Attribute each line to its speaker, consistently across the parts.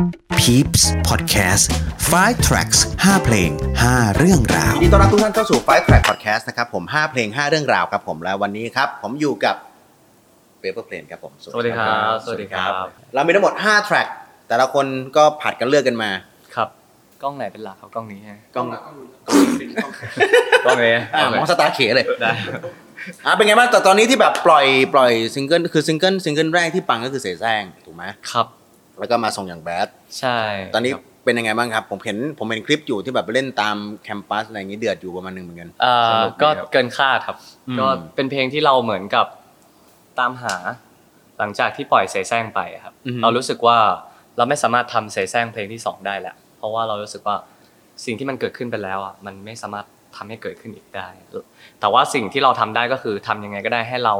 Speaker 1: Peeps Podcast 5 Tracks 5 เพลง 5 เรื่องราว
Speaker 2: ยินดีต้อนรับทุกท่านเข้าสู่ Five Track Podcast นะครับผม5เพลง 5 เรื่องราวครับผมแล้ววันนี้ครับ ผมอยู่กับ Paper Plane ครับผม
Speaker 3: สวัสดีครับ สวัสดีครับ
Speaker 2: เรามีทั้งหมด 5 track แต่ละคนก็ผัดกันเลือกกันมา
Speaker 3: ครับ กล้องไหนเป็นหลักครับกล้องนี้ฮะ
Speaker 2: กล้อง
Speaker 3: กล้องนี้ฮะ
Speaker 2: อ่ะมองสตาร์เขเลย
Speaker 3: ได้
Speaker 2: อ่ะเป็นไงบ้างแต่ตอนนี้ที่แบบปล่อยปล่อยซิงเกิลคือซิงเกิลซิงเกิลแรกที่ปังก็คือเสแสร้งถูกไหม
Speaker 3: ครับ
Speaker 2: แล้วก็มาส่งอย่างแบด
Speaker 3: ใช่
Speaker 2: ตอนนี้
Speaker 3: ครับ
Speaker 2: เป็นยังไงบ้างครับ ผมเห็นผมเห็นคลิปอยู่ที่แบบเล่นตามแคมปัสอะไรอย่างงี้เดือดอยู่ประมาณหนึงเหมือนกัน
Speaker 3: เอ่
Speaker 4: ส
Speaker 3: อ
Speaker 4: นุกดี
Speaker 3: ก็
Speaker 4: ครับ
Speaker 3: เกินคาดครับ
Speaker 2: อืม
Speaker 3: ก็เป็นเพลงที่เราเหมือนกับตามหา หลังจากที่ปล่อยเสแสร้งไปครับ เรารู้สึกว่าเราไม่สามารถทำเสแสร้งเพลงที่สองได้แล้ว เพราะว่าเรารู้สึกว่าสิ่งที่มันเกิดขึ้นไปแล้วอ่ะ มันไม่สามารถทำให้เกิดขึ้นอีกได้ แต่ว่าสิ่งที่เราทำได้ก็คือทำยังไงก็ได้ให้เรา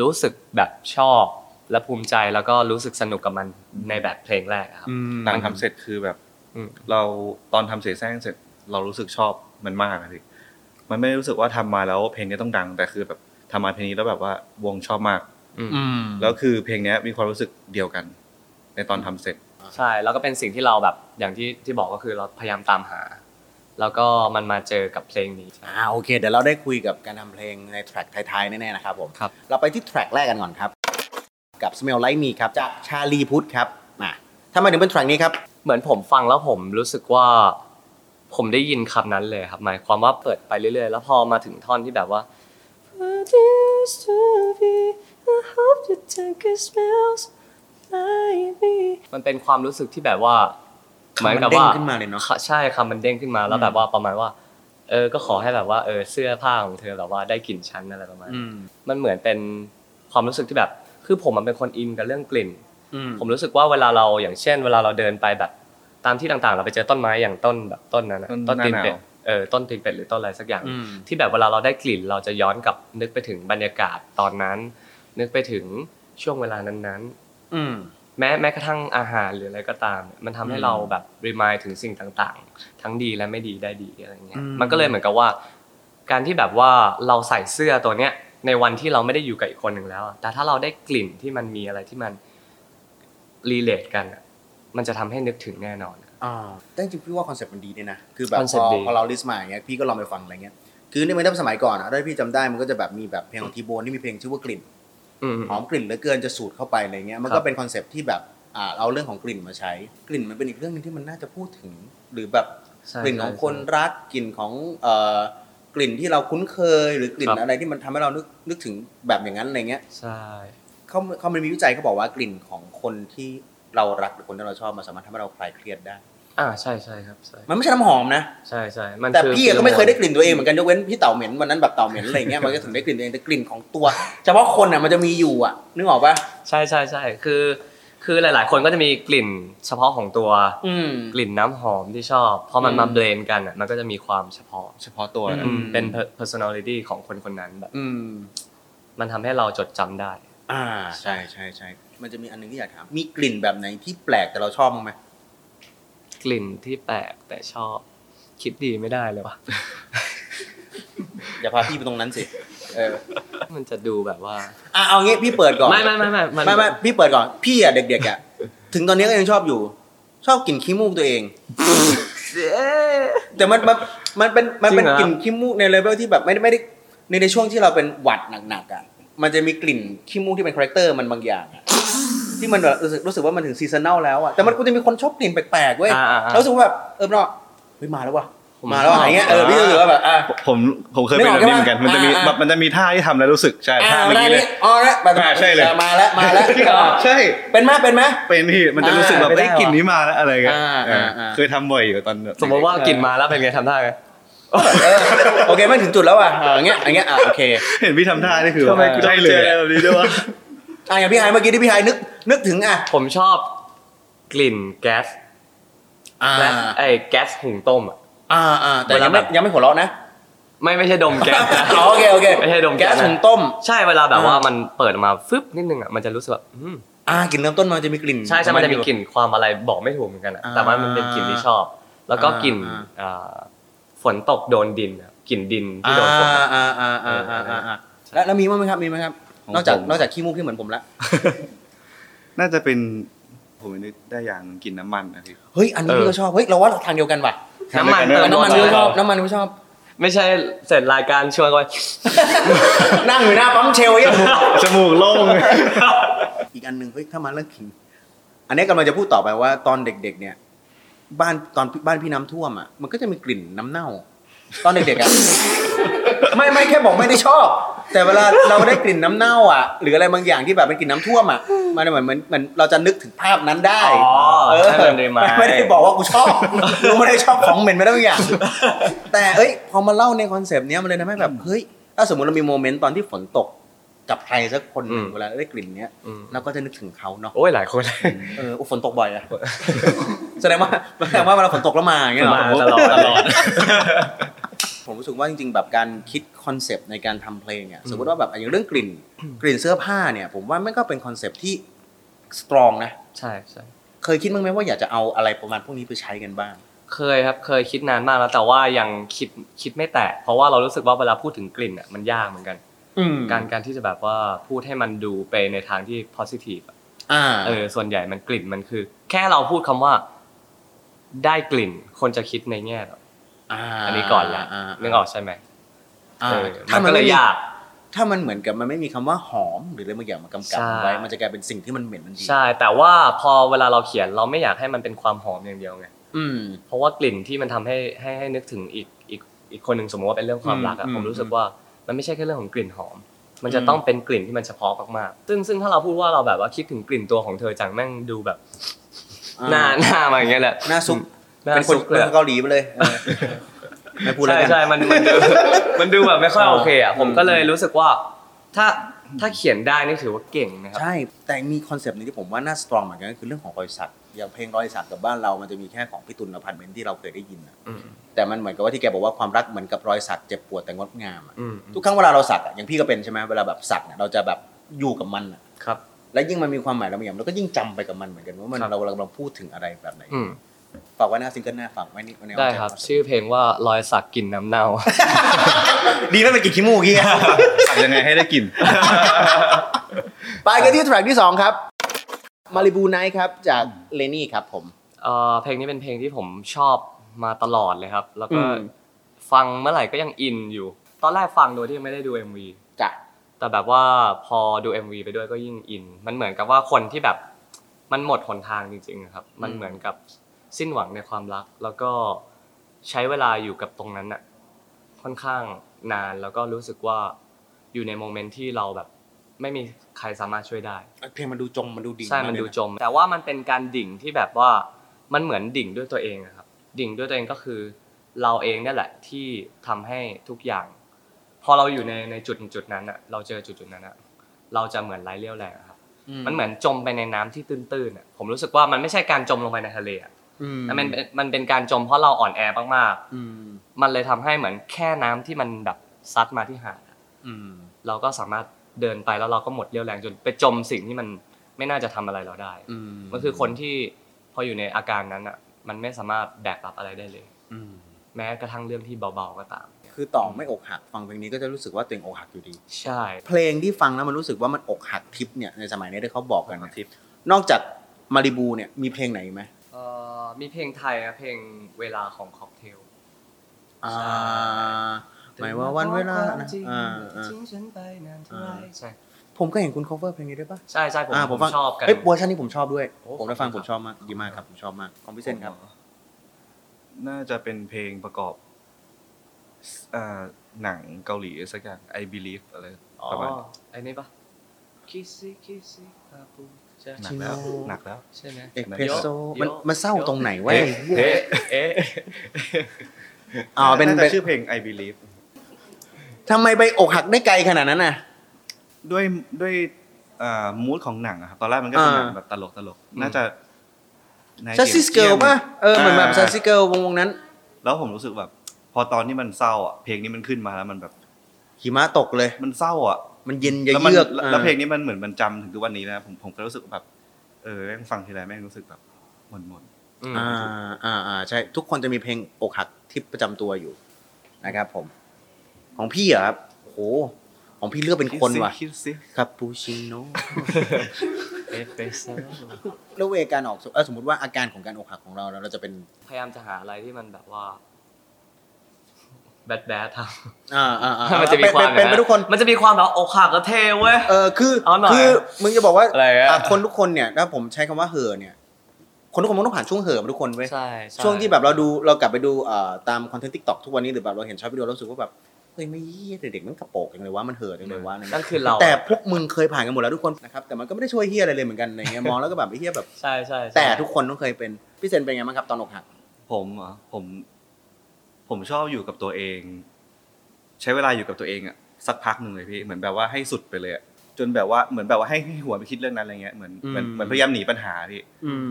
Speaker 3: รู้สึกแบบชอบและภูมิใจแล้วก็รู้สึกสนุกกับมันในแบบเพลงแรกอะครับ
Speaker 4: อืมหนังทำเสร็จคือแบบ
Speaker 3: อืม
Speaker 4: เราตอนทำเสียแซงเสร็จเรารู้สึกชอบมันมากอะพี่มันไม่ได้รู้สึกว่าทำมาแล้วเพลงนี้ต้องดัง แต่คือแบบทำมาเพลงนี้แล้วแบบว่าวงชอบมาก
Speaker 3: อืม
Speaker 4: แล้วคือเพลงเนี้ยมีความรู้สึกเดียวกัน ในตอนทำเสร็จ
Speaker 3: ใช่แล้วก็เป็นสิ่งที่เราแบบอย่างที่ที่บอกก็คือเราพยายามตามหา แล้วก็มันมาเจอกับเพลงนี้
Speaker 2: อ่าโอเค เดี๋ยวเราได้คุยกับการทำเพลงในแทร็กท้ายๆ แน่ๆ นะครับผม
Speaker 3: ครับ
Speaker 2: เราไปที่แทร็กแรกกันก่อนครับ กับ Smell Like Me ครับ จากชาลีพุทธครับมาทำไมถึงเป็นแทร็กนี้ครับ
Speaker 3: เหมือนผมฟังแล้วผมรู้สึกว่า ผมได้ยินคำนั้นเลยครับ หมายความว่าเปิดไปเรื่อยๆ แล้วพอมาถึงท่อนที่แบบว่า What used to be, I hope you take it smells like me มันเป็นความรู้สึกที่แบบว่า
Speaker 2: คำมันเด้งขึ้นมาเลยเนอะ
Speaker 3: ใช่คำมันเด้งขึ้นมาแล้วแบบว่าประมาณว่า เออก็ขอให้แบบว่าเออเสื้อผ้าของเธอแบบว่าได้กลิ่นฉันอะไรประมาณนั้น มันเหมือนเป็นความรู้สึกที่แบบ คือผมมันเป็นคนอินกับเรื่องกลิ่น ผมรู้สึกว่าเวลาเราอย่างเช่น เวลาเราเดินไปแบบตามที่ต่างๆ เราไปเจอต้นไม้อย่างต้นแบบต้นนั้นนะ
Speaker 4: ต้
Speaker 3: ต้
Speaker 4: น
Speaker 3: น
Speaker 4: หน้า
Speaker 3: ตีนเป็
Speaker 4: ห
Speaker 3: ด
Speaker 4: นาว
Speaker 3: เออต้นตีนเป็ดหรือต้นอะไรสักอย่าง ที่แบบเวลาเราได้กลิ่นเราจะย้อนกลับนึกไปถึงบรรยากาศตอนนั้น นึกไปถึงช่วงเวลานั้นๆ แม้แม้กระทั่งอาหารหรืออะไรก็ตาม มันทำให้เราแบบรีมายถึงสิ่งต่างๆ ทั้งดีและไม่ดีได้ดีอะไรเงี้ยมันก็เลยเหมือนกับว่า การที่แบบว่าเราใส่เสื้อตัวเนี้ยในวันที่เราไม่ได้อยู่กับอีกคนหนึ่งแล้วอะแต่ถ้าเราได้กลิ่นที่มันมีอะไรที่มันรีเลทกันอะมันจะทำให้นึกถึงแน่นอนอะ
Speaker 2: แต่จริงๆพี่ว่าคอนเซ็ปต์มันดีด้วยนะ คือแบบพ
Speaker 3: concept
Speaker 2: อ
Speaker 3: ดี
Speaker 2: พอเราลิสต์มาอย่างเงี้ยพี่ก็ลองไปฟังอะไรเงี้ย คือนี่มันตั้งสมัยก่อนอะได้าพี่จำได้มันก็จะแบบมีแบบเพลงของทีโบนที่มีเพลงชื่อว่ากลิ่น
Speaker 3: อืม
Speaker 2: หอมกลิ่นเหลือเกินจะสูดเข้าไปอะไรเงี้ยมัน
Speaker 3: ครั
Speaker 2: ก็
Speaker 3: บ
Speaker 2: เป็นคอนเซปต์ที่แบบอ่าเอาเรื่องของกลิ่นมาใช้ กลิ่นมันเป็นอีกเรื่องหนึงที่มันน่าจะพูดถึง หรือแบบ
Speaker 3: ใช่
Speaker 2: กลิ่นของคน
Speaker 3: ใช่
Speaker 2: รักกลิ่นของเอ่อกลิ่นที่เราคุ้นเคย หรือกลิ่น
Speaker 3: ครับ
Speaker 2: อะไรที่มันทำให้เรานึกนึกถึงแบบอย่างนั้นอะไรเงี้ย
Speaker 3: ใช่
Speaker 2: เขาเขามันมีวิจัยเขาบอกว่ากลิ่นของคนที่เรารักหรือคนที่เราชอบมันสามารถทำให้เราคลายเครียดได้
Speaker 3: อ่าใช่ใช่ครับใช่
Speaker 2: มันไม่ใช่น้ำหอมนะ
Speaker 3: ใช่ใช่มัน
Speaker 2: แต่
Speaker 3: คือ
Speaker 2: พี่ก็ไม่เคยได้กลิ่นตัวเองเหมือนกันยกเว้นพี่เต่าเหม็นวันนั้นแบบเต่าเหม็นอะไรเงี้ยมันก็ถึงได้กลิ่นตัวเองแต่กลิ่นของตัวเฉพาะคนอ่ะมันจะมีอยู่อ่ะนึกออกปะ
Speaker 3: ใช่ใช่ใช่คือ คือหลาย ๆ คนก็จะมีกลิ่นเฉพาะของตัว
Speaker 2: อืม
Speaker 3: กลิ่นน้ำหอมที่ชอบพอมัน
Speaker 2: อืม
Speaker 3: มาเบลนกันอะมันก็จะมีความเฉพาะ
Speaker 4: เฉพาะตัวนะ
Speaker 3: อืมเป็น personality ของคนคนนั้นแบบ
Speaker 2: อืม
Speaker 3: มันทำให้เราจดจำได้
Speaker 2: อ่าใช่ใช่ใช่มันจะมีอันหนึงที่อยากถามมีกลิ่นแบบไหนที่แปลกแต่เราชอบมั้างไหม
Speaker 3: กลิ่นที่แปลกแต่ชอบ คิดดีไม่ได้เลยว่ะ
Speaker 2: อย่าพาพี่ไปตรงนั้นสิ เออ
Speaker 3: มันจะดูแบบ ว่า
Speaker 2: อ่ะเอางี้พี่เปิดก่อน
Speaker 3: ไม่ไม่ไม่ไม่
Speaker 2: ไม่ไม่พี่เปิดก่อน พี่อ่ะเด็กๆอ่ะ ถึงตอนนี้ก็ยังชอบอยู่ ชอบกลิ่นขี้มูกตัวเอง
Speaker 3: เอ๊ะ
Speaker 2: แต่มันมันมันเป็นมันเป็น
Speaker 3: จ
Speaker 2: ก
Speaker 3: ริงเหรอ
Speaker 2: ลิ่นขี้มูกในเลเวลที่แบบไม่ได้ไม่ได้ในในช่วงที่เราเป็นหวัดหนักๆอ่ะ มันจะมีกลิ่นขี้มูกที่เป็นคาแรคเตอร์มันบางอย่างอะที่มันแบบรู้สึกรู้สึกว่ามันถึงซีซันแนลแล้วอ่ะ แต่มันก็จะมีคนชอบกลิ่นแปลกๆเว้ย
Speaker 3: อ่าอ่าอ่า
Speaker 2: แล้วรู้สึกว่าแบบเออเนาะเฮ้ยมาแล้วว่ะ
Speaker 3: ผม
Speaker 2: มาแล้วว่ะอะไรเงี้ย เออพี่รู้สึกว่าแบบอ่ะ
Speaker 4: ผมผมเคยเป็นแบบนี้เหมือนกัน
Speaker 2: นึ
Speaker 4: มัน
Speaker 2: กออก
Speaker 4: จะ
Speaker 2: ใช่
Speaker 4: มี
Speaker 2: ปะ
Speaker 4: แบบ
Speaker 2: อ่ามั
Speaker 4: มันจะมีท่าที่ทำแล้วรู้สึกใช่
Speaker 2: อ่า
Speaker 4: ท่า
Speaker 2: มา
Speaker 4: เมื่อ
Speaker 2: ได้
Speaker 4: กี้เล
Speaker 2: นี่
Speaker 4: ย
Speaker 2: อ๋อแล้วแบบ
Speaker 4: อ่าใช่เลย
Speaker 2: มาแล้วมาแล้ว
Speaker 4: ใช่
Speaker 2: เป็นไหมเป็นไหม
Speaker 4: เป็นพี่มันจะรู้สึกแบบ
Speaker 3: อ่าไม่ได้
Speaker 4: ไอ้ยกลิ่นนี้มาแล้วอะไรเงี้ย
Speaker 2: อ่า
Speaker 4: เออ
Speaker 2: อ่า
Speaker 4: เคยทำบ่อยอยู่ตอนแบบ
Speaker 3: สมมติว่ากลิ่นมาแล้วเป็นไงทำท่าไง
Speaker 2: เออโอเคไม่ถึงจุดแล้วอ่ะเอออย่างเงี้ยอย่างเงี้ยอ่ะโอเค
Speaker 4: เห็นพี่ทำท่านี่คือ
Speaker 3: ทำไมกู
Speaker 4: ใช่เลยแบบนี้ด้วย
Speaker 2: อ่ะอย่างพี่ไฮเมื่อกี้ที่พี่ไฮนึกนึกถึงอ่ะ
Speaker 3: ผมชอบกลิ่นแก๊ส
Speaker 2: อ่า
Speaker 3: และไอ้แก๊สหุงต้มอะ
Speaker 2: อ่าอ่าแต่
Speaker 3: เว
Speaker 2: ยั
Speaker 3: ลาง
Speaker 2: ไม่
Speaker 3: แบบ
Speaker 2: ยังไม่หัวเราะนะ
Speaker 3: ไม่ไม่ใช่ดมแก๊สนะ
Speaker 2: อ๋อโอเคโอเค
Speaker 3: ไม่ใช่ดม
Speaker 2: แก๊ส
Speaker 3: แก๊ส
Speaker 2: หุง
Speaker 3: นะ
Speaker 2: ต้ม
Speaker 3: ใช่เวลาแบบ
Speaker 2: อ่า
Speaker 3: ว่ามันเปิดมาฟึบนิดนึงอ่ะมันจะรู้สึกแบบอืม
Speaker 2: อ่ากลิ่นเริ่มต้นมันจะมีกลิ่น
Speaker 3: ใช่ใช่มันจะมีกลิ่นความอะไรบอกไม่ถูกเหมือนกันอะ
Speaker 2: อ่า
Speaker 3: แต่ว่ามันเป็นกลิ่นที่ชอบ แล้วก็กลิ่น
Speaker 2: อ่า
Speaker 3: อ่าฝนตกโดนดินอะกลิ่นดินที่
Speaker 2: อ่า
Speaker 3: โดนฝนอะ
Speaker 2: อ่าอ่าอ่าอ่าอ่าอ่าแล้วแล้วมีมั้างไหมครับมีไหมครับ
Speaker 4: ของ
Speaker 2: นอกจาก
Speaker 4: ผม
Speaker 2: นอกจากขี้มูกที่เหมือนผมละ
Speaker 4: น่าจะเป็น ผมนึกได้อย่างหนึ่งกลิ่นน้ำมันนะพี่
Speaker 2: เฮ้ยอันนี้
Speaker 3: เออ
Speaker 2: พี่ก็ชอบเฮ้ยเราว่าเราทางเดียวกันว่ะ
Speaker 3: น้ำมันเติม
Speaker 2: น้ำมัน
Speaker 3: ห
Speaker 2: พี่
Speaker 3: ด
Speaker 2: ก็
Speaker 3: เลย
Speaker 2: ชอบน้ำมันพี่ก็ชอบ
Speaker 3: ไม่ใช่เสร็จรายการชวนกันไป
Speaker 2: นั่งอยู่หน้าปั๊มเชลล์ยัง
Speaker 4: จมูกโล่ง
Speaker 2: อีกอันหนึ่งเฮ้ยถ้ามาเรื่องขิง อันนี้กำลังจะพูดต่อไปว่าตอนเด็ก ๆ เนี่ย บ้านตอนบ้านพี่น้ำท่วมอ่ะมันก็จะมีกลิ่นน้ำเน่า ตอนเด็กๆอ่ะ ไม่ไม่แค่บอกไม่ได้ชอบ แต่เวลาเราได้กลิ่นน้ำเน่าอ่ะหรืออะไรบางอย่างที่แบบเป็นกลิ่นน้ำท่วมอ่ะมันเหมือนเหมือนเหมือนเราจะนึกถึงภาพนั้นได้
Speaker 3: อ๋อ
Speaker 2: เออ
Speaker 3: ให้มันรีมายด์
Speaker 2: ไม่ได้บอกว่ากูชอบ กูไม่ได้ชอบของเหม็นไม่ได้บางอย่าง แต่เอ้ยพอมาเล่าในคอนเซปต์เนี้ยมันเลยทำให้แบบเฮ้ยถ้าสมมติเรามีโมเมนต์ตอนที่ฝนตกกับใครสักคนหนึ่ง
Speaker 3: อืม
Speaker 2: เวลาได้กลิ่นเนี้ย
Speaker 3: อืม
Speaker 2: เราก็จะนึกถึงเขาเนาะ
Speaker 3: โอ้ยหลายคน
Speaker 2: เออโอ้ฝนตกบ่อยอะ แสดงว่าแสดงว่าเวลาฝนตกแล้วมาอย่างเงี้ยเหร
Speaker 3: มา
Speaker 2: อ
Speaker 3: ตลอดตลอด
Speaker 2: ผมรู้สึกว่าจริง ๆ แบบการคิดคอนเซปต์ในการทำเพลงเนี่ยสมมติว่าแบบอย่างเรื่องกลิ่น กลิ่นเสื้อผ้าเนี่ย ผมว่ามันก็เป็นคอนเซปต์ที่สตรองนะ
Speaker 3: ใช่ใช่
Speaker 2: เคยคิดบ้างไหมว่าอยากจะเอาอะไรประมาณพวกนี้ไปใช้กันบ้าง
Speaker 3: เคยครับเคยคิดนานมากแล้วแต่ว่ายังคิดคิดไม่แตกเพราะว่าเรารู้สึกว่าเวลาพูดถึงกลิ่นอ่ะมันยากเหมือนกัน
Speaker 2: อืม
Speaker 3: การการที่จะแบบว่าพูดให้มันดูไปในทางที่ positive อะ
Speaker 2: อ่า
Speaker 3: เออส่วนใหญ่มันกลิ่นมันคือ แค่เราพูดคำว่า ได้กลิ่น คนจะคิดในแง่แบบ
Speaker 2: า
Speaker 3: อันนี้ก่อนละ
Speaker 2: า
Speaker 3: นึกออกใช่ไหมา เออ
Speaker 2: ถ้า
Speaker 3: มั
Speaker 2: มั
Speaker 3: น
Speaker 2: น
Speaker 3: ก็เล
Speaker 2: ไม่
Speaker 3: ย
Speaker 2: มี
Speaker 3: ยาก
Speaker 2: ถ้ามันเหมือนกับมันไม่มีคำว่าหอมหรืออะไรบางอย่างมากำกับ
Speaker 3: ใช่
Speaker 2: ไว้มันจะกลายเป็นสิ่งที่มันเหม็นทันที
Speaker 3: ใช่ แต่ว่าพอเวลาเราเขียนเราไม่อยากให้มันเป็นความหอมอย่างเดียวไง
Speaker 2: อืม
Speaker 3: เพราะว่ากลิ่นที่มันทำให้ให้ให้นึกถึงอีกอีกอีกคนหนึ่งสมมติว่าเป็นเรื่องความรักอะ
Speaker 2: อืม
Speaker 3: ผมรู้สึก
Speaker 2: อืม
Speaker 3: ว่ามันไม่ใช่แค่เรื่องของกลิ่นหอม มันจะ
Speaker 2: อืม
Speaker 3: ต้องเป็นกลิ่นที่มันเฉพาะมากๆซึ่งซึ่งถ้าเราพูดว่าเราแบบว่าคิดถึงกลิ่นตัวของเธอจังแม่งดูแบบ
Speaker 2: อ่
Speaker 3: หน้าหน้ามาอย่างเงี้ยแหละ
Speaker 2: หน้าซุป
Speaker 3: หน้า
Speaker 2: เป็นคน
Speaker 3: ซุกเลย
Speaker 2: เกาหลีไปเลยเออไม่พูดแล้ว
Speaker 3: ใช่
Speaker 2: กัน
Speaker 3: ใช่มันมันดู มันดูแบบไม่ค่อย
Speaker 2: อ่า
Speaker 3: โอเคอ่ะผมก็เลยรู้สึกว่า ถ้าถ้าเขียนได้นี่ถือว่าเก่งนะครับ
Speaker 2: ใช่ แต่มีคอนเซปต์หนึงที่ผมว่าน่าสตรองเหมือนกันก็คือเรื่องของรอยสัก อย่างเพลงรอยสักกับบ้านเรา มันจะมีแค่ของพี่ตุลนภัทรเมนที่เราเคยได้ยินอะ
Speaker 3: อืม
Speaker 2: แต่มันเหมือนกับว่าที่แกบอกว่าความรักเหมือนกับรอยสักเจ็บปวดแต่งดงามอะ
Speaker 3: อืม
Speaker 2: ทุกครั้งเวลาเราสักอะอย่างพี่ก็เป็นใช่ไหมเวลาแบบสักเนี่ยเราจะแบบอยู่กับมันอะ
Speaker 3: ครับ
Speaker 2: และยิ่งมันมีความหมายแล้วมันอย่างเราก็ยิ่งจำไปกับมันเหมือนกันว่ามัน
Speaker 3: ครับ
Speaker 2: เรากำลังพูดถึงอะไรแบบไหน
Speaker 3: อืม
Speaker 2: ฝากไว้หน้าซิงเกิลหน้าฝากไว้นี่ว้ใน
Speaker 3: ได้ครับ ชื่อเพลงว่ารอยสักกลิ่นน้ำเน่า
Speaker 2: ดีแล้วเป็นกินขี้มูกเมื่อกี้อะ
Speaker 4: สักยังไงให้ได้กลิ่น
Speaker 2: ไปกันที่แทร็กที่ 2 ครับมาริบูไนท์ครับ จากเลนี่ครับผม
Speaker 3: เอ่อเพลงนี้เป็นเพลงที่ผมชอบมาตลอดเลยครับ แล้วก็
Speaker 2: อืม
Speaker 3: ฟังเมื่อไหร่ก็ยังอินอยู่ ตอนแรกฟังโดยที่ไม่ได้ดู MV
Speaker 2: จ้ะ
Speaker 3: แต่แบบว่าพอดู MV ไปด้วยก็ยิ่งอิน มันเหมือนกับว่าคนที่แบบมันหมดหนทางจริงๆอะครับ มันเหมือนกับสิ้นหวังในความรัก แล้วก็ใช้เวลาอยู่กับตรงนั้นน่ะค่อนข้างนานแล้วก็รู้สึกว่าอยู่ในโมเมนต์ที่เราแบบไม่มีใครสามารถช่วยได้
Speaker 2: เพลงมันดูจงมันดูดี
Speaker 3: ใช่ มันดูจม แต่ว่ามันเป็นการดิ่งที่แบบว่า มันเหมือนดิ่งด้วยตัวเองอะครับ ดิ่งด้วยตัวเองก็คือ เราเองนั่นแหละที่ทำให้ทุกอย่าง พอเราอยู่ในในจุดจุดนั้นอะเราเจอจุดจุดนั้นอะเราจะเหมือนไร้เรี่ยวแรงอะครับ มันเหมือนจมไปในน้ำที่ตื้นๆอะผมรู้สึกว่ามันไม่ใช่การจมลงไปในทะเลอะแต่มันเป็นมันเป็นการจมเพราะเราอ่อนแอมากๆ มันเลยทำให้เหมือนแค่น้ำที่มันแบบซัดมาที่หาดอะ เราก็สามารถเดินไปแล้วเราก็หมดเรี่ยวแรงจนไปจมสิ่งที่มันไม่น่าจะทำอะไรเราได้มันคือคนที่พออยู่ในอาการนั้นอ่ะ มันไม่สามารถแบกรับอะไรได้เลย แม้กระทั่งเรื่องที่เบาๆก็ตาม
Speaker 2: คือต่อไม่อกหักฟังเพลงนี้ก็จะรู้สึกว่าตัวเองอกหักอยู่ดี
Speaker 3: ใช่
Speaker 2: เพลงที่ฟังแล้วมันรู้สึกว่ามันอกหักทิปเนี่ยในสมัยนี้ที่เขาบอกกัน
Speaker 4: อกหักทิพย์
Speaker 2: นอกจากมาริบูเนี่ยมีเพลงไหนอีกไหม
Speaker 3: เอ่อมีเพลงไทยนะเพลงเวลาของค็อกเทล
Speaker 2: อ่า
Speaker 3: ใช่
Speaker 2: หมายว่าวันเวลานะ
Speaker 3: จริง
Speaker 2: อ่าอ่า
Speaker 3: ทิ้งฉันไปนานเท่าไหร่ใช่
Speaker 2: ผมก็เห็นคุณ cover เพลงนี้ด้วยปะ
Speaker 3: ใช่ใช่ผม
Speaker 2: อ่า
Speaker 3: ผม
Speaker 2: ฟัง
Speaker 3: ชอบกัน
Speaker 2: เฮ้ยเวอร์ชันนี้ผมชอบด้วย
Speaker 3: โอ้
Speaker 2: ผมได้ฟัง
Speaker 3: ขอบ
Speaker 2: ผ
Speaker 3: คุ
Speaker 2: ม
Speaker 3: ณครับ
Speaker 2: ชอบมากดีมากครับผมชอบมากของพี่เซนครับ
Speaker 4: น่าจะเป็นเพลงประกอบเอ่อหนังเกาหลีสักอย่าง I Believe อะไร
Speaker 3: อ๋อ
Speaker 4: ประมาณ
Speaker 3: ไอ้นี่ปะคิสซี่คิสซี่คาปูใช่
Speaker 4: หนักแล้ว
Speaker 2: ชิโน่
Speaker 4: หนักแล้ว
Speaker 3: ใช่ไหม
Speaker 2: เอกเพรสโซ
Speaker 3: เยอะ
Speaker 2: มัน
Speaker 3: เยอะ
Speaker 2: มันเศร้าตรงไหนเว้ย
Speaker 4: เอ๊ะเอ๊ะ
Speaker 3: เอ๊ะ
Speaker 2: อ๋อเป็น
Speaker 4: น่า
Speaker 2: เป็
Speaker 4: จะ
Speaker 2: น
Speaker 4: ชื่อเพลง I Believe
Speaker 2: ทำไมไปอกหักได้ไกลขนาดนั้นน่ะ
Speaker 4: ด้วยด้วยมูดของหนังอะครับตอนแรกมันก็เป็น
Speaker 2: อ่า
Speaker 4: หนังแบบตลกตลกๆน่าจะ
Speaker 2: ซั s ซิสเกิลป่ะ เออเหมือนแบบซั s ซิ
Speaker 4: ส
Speaker 2: เกิลวงวงนั้น
Speaker 4: แล้วผมรู้สึกแบบ พอตอนที่มันเศร้าอ่ะเพลงนี้มันขึ้นมาแล้วมันแบบ
Speaker 2: หิมะตกเลย
Speaker 4: มันเศร้าอ่ะ
Speaker 2: มันเย็นเยื
Speaker 4: แล้วมัน
Speaker 2: อก
Speaker 4: แล้วแล้วเพลงนี้มันเหมือนมันจำถึงทุกวันนี้นะผมผมก็รู้สึกแบบเออแม่งฟังทีไรแม่งรู้สึกแบบหม่นหม่น
Speaker 2: อ่าอ่าอ่าใช่ ทุกคนจะมีเพลงอกหักที่ประจำตัวอยู่นะครับผม ของพี่เหรอครับโอ้โห ของพี่เลือกเป็น
Speaker 4: ๆ
Speaker 2: คนว่ะ
Speaker 4: คิดสิ
Speaker 2: คาปูชิโน่
Speaker 3: เอฟเฟซ
Speaker 2: แล้วเวการออกเอ่อสมมติว่าอาการของการอกหักของเราเราจะเป็น
Speaker 3: พยายามจะหาอะไรที่มันแบบว่าแบดแบดทำ
Speaker 2: อ่าอ่าอ่า
Speaker 3: มันจะมีความ
Speaker 2: เป็นเป็นเป็นทุกคน
Speaker 3: มันจะมีความแบบอกหักก็เทเว้ย
Speaker 2: เออคือ
Speaker 3: เอาหน่อย
Speaker 2: คือมึงจะบอกว่า
Speaker 3: อะไรอะ
Speaker 2: อ่ะคนทุกคนเนี่ยถ้าผมใช้คำว่าเห่อเนี่ย คนทุกคนมันต้องผ่านช่วงเห่อมาทุกคนเว้ย
Speaker 3: ใช่ใ
Speaker 2: ช่วงที่แบบเราดูเรากลับไปดูเอ่อตามคอนเทนต์ทิกตอกทุกวันนี้หรือแบบเราเห็นชอบวิดีโอเรารู้สึกว่าแบบเฮ้ยไม่เยี่ยเด็กๆมันกระโปงอย่างเลยว่ามันเห่อจังเลยว่า
Speaker 3: นั่นคือเรา
Speaker 2: แต่พวกมึงเคยผ่านกันหมดแล้วทุกคนนะครับแต่มันก็ไม่ได้ช่วยเฮียอะไรเลยเหมือนกันอะไรเงี้ยมองแล้วก็แบบไอ้เฮียแบบ
Speaker 3: ใช่ใช่ใช่
Speaker 2: แต่ทุกคนต้องเคยเป็นพี่เซนเป็นไงบ้างครับตอนอกหัก
Speaker 4: ผมเหรอผม ผมชอบอยู่กับตัวเอง ใช้เวลาอยู่กับตัวเองอะสักพักหนึ่งเลยพี่เหมือนแบบว่าให้สุดไปเลยอะจนแบบว่าเหมือนแบบว่าให้ให้หัวไปคิดเรื่องนั้นอะไรเงี้ยเหมือนเหมือนเหมือนพยายามหนีปัญหาพี่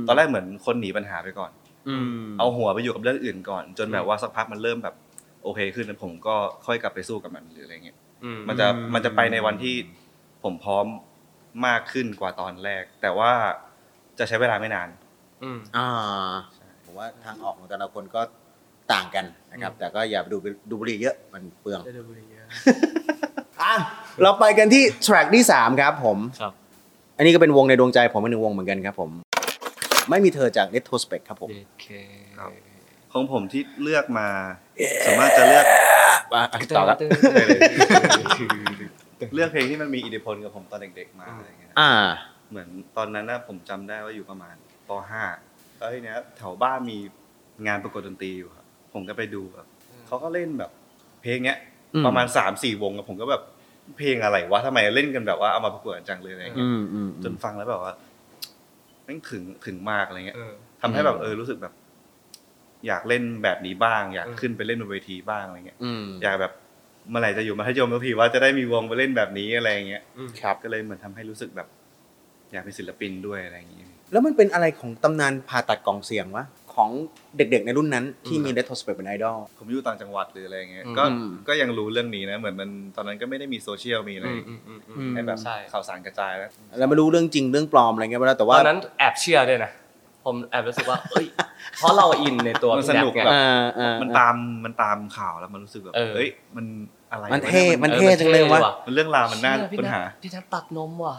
Speaker 4: ตอนแรกเหมือนคนหนีปัญหาไปก่อน
Speaker 2: อืม
Speaker 4: เอาหัวไปอยู่กับเรื่องอื่นก่อน จนแบบว่าสักพักมันเริ่มแบบโอเคขึ้นแล้วผมก็ค่อยกลับไปสู้กับมันหรืออะไรเงี้ย
Speaker 3: อืม
Speaker 4: มันจะมันจะไปในวันที่ผมพร้อมมากขึ้นกว่าตอนแรก แต่ว่าจะใช้เวลาไม่นาน
Speaker 3: อืม
Speaker 2: อ่าผมว่าทางออกของแต่ละคนก็ต่างกันนะครับ
Speaker 3: อืม
Speaker 2: แต่ก็อย่าไปดูดูบุหรี่เยอะมันเปลือง
Speaker 3: ได้ดูบุหรี่เยอะ
Speaker 2: อ่ะเราไปกันที่แทร็กที่ 3 ครับผม
Speaker 3: ครับ
Speaker 2: อันนี้ก็เป็นวงในดวงใจผมเป็นหนึ่งวงเหมือนกันครับผม ไม่มีเธอจาก Retrospect ครับผม
Speaker 3: เด็ดเค
Speaker 4: ครับ ของผมที่เลือกมาสามารถจะเลือก
Speaker 2: ต่อครับ
Speaker 4: เลือกเพลงที่มันมีอิทธิพลกับผมตอนเด็กๆมาอะไรเงี้ย
Speaker 2: อ่า
Speaker 4: เหมือนตอนนั้นนะผมจำได้ว่าอยู่ประมาณป .5 แล้วทีเนี้ยแถวบ้านมีงานประกวดดนตรีอยู่ครับผมก็ไปดูแบบเขาก็เล่นแบบ เพลงเนี้ย
Speaker 2: อืม
Speaker 4: ประมาณ3ามสี่วงอะผมก็แบบเพลงอะไรวะทำไมเล่นกันแบบว่าเอามาประกวดจังเลยอะไรเงี้ย
Speaker 2: อืมอืม
Speaker 4: จนฟังแล้วแบบว่าแม่งถึงถึงมากอะไรเงี้ย
Speaker 3: เออ
Speaker 4: ทำให้แบบเออรู้สึกแบบ อยากเล่นแบบนี้บ้าง อยาก
Speaker 3: อืม
Speaker 4: ขึ้นไปเล่นบนเวทีบ้างอะไรเงี้ย
Speaker 2: อืม
Speaker 4: อยากแบบเมื่อไหร่จะอยู่มัธยมสักทีว่าจะ ได้มีวงไปเล่นแบบนี้อะไรอย่างเงี้ย
Speaker 3: อืม
Speaker 4: ครับก็เลยเหมือนทำให้รู้สึกแบบ อยากเป็นศิลปินด้วยอะไรอย่างเงี้ย
Speaker 2: แล้วมันเป็นอะไรของตำนานผ่าตัดกล่องเสียงวะ ของเด็กๆในรุ่นนั้นที่มี Retrospect เป็นไอดอล
Speaker 4: ผมอยู่ต่างจังหวัดหรืออะไรอย่างเงี้ย
Speaker 3: อืม
Speaker 4: ก็
Speaker 2: อืม
Speaker 4: ก็ยังรู้เรื่องนี้นะ เหมือนมันตอนนั้นก็ไม่ได้มีโซเชียลมีอะไร
Speaker 3: อืมอืมอืมอืม
Speaker 2: ม
Speaker 4: ให้แบบ
Speaker 3: ใช่
Speaker 4: ข่าวสารกระจายแล้ว
Speaker 2: เราไม่รู้เรื่องจริงเรื่องปลอมอะไรเงี้ยไปแล้วแต่
Speaker 3: ต
Speaker 2: ว่า
Speaker 3: อนนั้นแอบเชื่อด้วยนะ ผมแอบรู้สึกว่าเอ้ย เพราะเราอินในตัว
Speaker 4: มัน
Speaker 3: พี่
Speaker 4: ส
Speaker 3: แน็
Speaker 4: นุก
Speaker 3: กไง
Speaker 4: แบบ
Speaker 2: อ่าอ่า
Speaker 4: มัน
Speaker 2: อ่า
Speaker 4: ตามมันตามข่าวแล้วมันรู้สึกแบบ
Speaker 3: เออ
Speaker 4: เอ้ยมันอะไร
Speaker 2: มันเท่
Speaker 4: วะย
Speaker 2: มันเท่จังเลยวะ
Speaker 4: มันเรื่องราวมันน่า
Speaker 3: เชื่อพี่
Speaker 4: ค้น
Speaker 3: แท
Speaker 4: หา
Speaker 3: พี่แนัทตัดนมว่ะ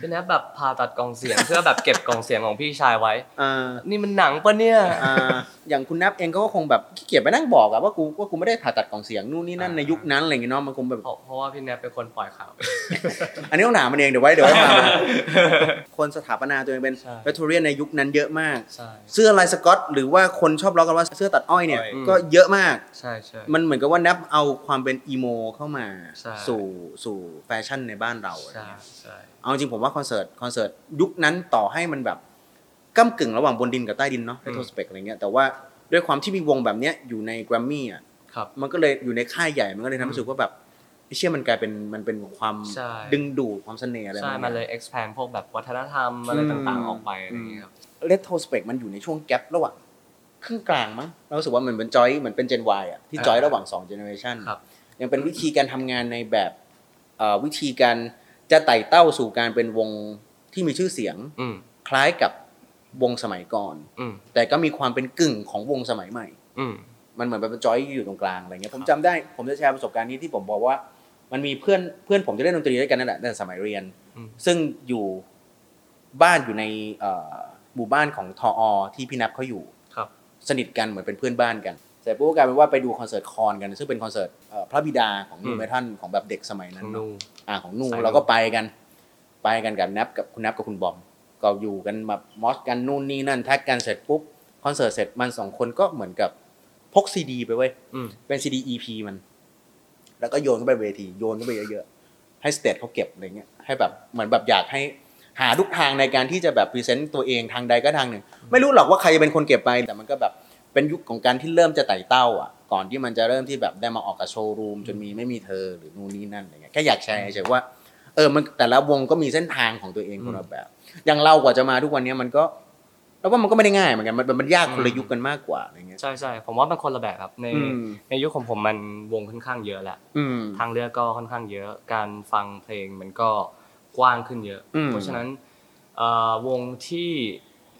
Speaker 3: พี่แนัทแบบผ่าตัดกล่องเสียง เพื่อแบบเก็บกล่องเสียงของพี่ชายไว้
Speaker 2: อ่า
Speaker 3: นี่มันหนังปะเนี่ย
Speaker 2: อ่าอย่างคุณนับเองก็คงแบบขี้เกียจไปนั่งบอกอะว่ากูว่ากูไม่ได้ผ่าตัดกล่องเสียงนู่นนี่นั่นในยุคนั้นอะไรอย่างเงี้ยเนาะมันคงแบบ
Speaker 3: เพราะเพราะว่าพี่แนัทเป็นคนปล่อยข่าว
Speaker 2: อันนี้ต้องถามมันเองเดี๋ยวไว้เดี๋ยวไว้มาค นสถาปนาตัวเองเป็น
Speaker 3: ใช่
Speaker 2: เวทเรียนในยุคนั้นเยอะมาก
Speaker 3: ใช่
Speaker 2: เสื้อลายสกอต หรือว่าคนชอบล้อกันว่าเสื้อตัดอ้อยเนี่ย
Speaker 4: อ้อย
Speaker 2: ก็เยอะมาก
Speaker 3: ใช่ใช่
Speaker 2: มันเหมือนกับว่านับเอาความเป็นอีโมเข้ามา
Speaker 3: ใช่
Speaker 2: สู่สู่แฟชั่นในบ้านเราอะไร
Speaker 3: ใช่
Speaker 2: เงี้ย
Speaker 3: ใช่
Speaker 2: เอาจริงผมว่าคอนเสิร์ตคอนเสิร์ตยุคนั้นต่อให้มันแบบก้ากึ่งระหว่างบนดินกับใต้ดินเนาะเรโทรสเปกอะไรเงี้ยแต่ว่าด้วยความที่มีวงแบบเนี้ยอยู่ในแกรมมี่อะ
Speaker 3: ครับ
Speaker 2: มันก็เลยอยู่ในค่ายใหญ่มันก็เลยทำให้
Speaker 3: อืม
Speaker 2: รู้สึกว่าแบบไอ้เชี่ยมันกลายเป็นมันเป็นความ
Speaker 3: ใช่
Speaker 2: ดึงดูดความเสน่ห์อะไร
Speaker 3: ใช่
Speaker 2: บางอ
Speaker 3: มั
Speaker 2: ย่าน ง
Speaker 3: เลย expand พวกแบบวัฒนธรรมอะไร
Speaker 2: อืม
Speaker 3: ต่างๆ ออกไปอะไรอย่างเงี้ยครับ
Speaker 2: เลตโทสเปกมันอยู่ในช่วงแกลระหว่างครึ่งกลางมั้งเรารู้สึกว่ามันเป็นจอยเหมือนเป็นเจนวอ่ะที่
Speaker 3: อ่า
Speaker 2: จอยระหว่าง2เจเนอเรชัน
Speaker 3: ครับ
Speaker 2: ยังเป็นวิธีการทำงานในแบบเอ่อวิธีการจะไต่เต้าสู่การเป็นวงที่มีชื่อเสียง
Speaker 3: อืม
Speaker 2: คล้ายกับวงสมัยก่อน
Speaker 3: อืม
Speaker 2: แต่ก็มีความเป็นกึ่งของวงสมัยใหม่
Speaker 3: อืม
Speaker 2: มันเหมือนเป็นจอยอยู่ตรงกลางอะไรเงี้ยผมจำได้ผมจะแชร์ประสบการณ์นี้ที่ผมบอกว่า มันมีเพื่อนเพื่อนผมจะเล่นดนตรีด้วยกันนั่นแหละตั้งแต่สมัยเรียน
Speaker 3: อืม
Speaker 2: ซึ่งอยู่บ้านอยู่ในเอ่อหมู่บ้านของทออที่พี่นับเขาอยู่
Speaker 3: ครับ
Speaker 2: สนิทกันเหมือนเป็นเพื่อนบ้านกันเสร็จปุ๊บก็กลายเป็นว่าไปดูคอนเสิร์ตคอนกัน ซึ่งเป็นคอนเสิร์ตเอ่อพระบิดาของ
Speaker 3: อื
Speaker 2: นู
Speaker 3: ม
Speaker 2: เมทัลของแบบเด็กสมัย
Speaker 3: ข
Speaker 2: นั้
Speaker 3: อน ง
Speaker 2: เนอะ
Speaker 3: นู
Speaker 2: อ่าของนู
Speaker 3: สายนู
Speaker 2: เราก็ไปกัน ไปกันกับนับกับคุณนับกับคุณบอม ก็อยู่กันแบบมอสกันนู่นนี่นั่นแท็กกันเสร็จปุ๊บคอนเสิร์ตเสร็จมันสองคนก็เหมือนกับพกซีดีไปเว้ย
Speaker 3: อืม
Speaker 2: เป็นซีดีอีพีมัน แล้วก็โยนเข้าไปเวทีโยนเข้าไปเยอะๆให้สเตทเขาเก็บอะไรเงี้ยให้แบบเหมือนแบบอยากให้หาทุกทางในการที่จะแบบพรีเซนต์ตัวเองทางใดก็ทางหนึ่ง ไม่รู้หรอกว่าใครจะเป็นคนเก็บไปแต่มันก็แบบเป็นยุคของการที่เริ่มจะไต่เต้าอ่ะก่อนที่มันจะเริ่มที่แบบได้มาออกกับโชว์รูมจนมีไม่มีเธอหรือนู่นนี่นั่นอะไรเงี้ยแค่อยากแชร์เฉยๆว่า เออมันแต่ละวงก็มีเส้นทางของตัวเองคนละแบบ อย่างเรากว่าจะมาทุกวันเนี้ยมันก็แล้วว่ามันก็ไม่ได้ง่ายเหมือนกันมันมันมันยากคนละยุคกันมากกว่าอะไรเงี้ย
Speaker 3: ใช่ใช่ผมว่ามันคนละแบบครับ ใน
Speaker 2: อืม
Speaker 3: ในยุคของผมมันวงค่อนข้างเยอะแหละ
Speaker 2: อืม
Speaker 3: ทางเลือกก็ค่อนข้างเยอะ การฟังเพลงมันก็กว้างขึ้นเยอะ
Speaker 2: อืม
Speaker 3: เพราะฉะนั้นเอ่อวงที่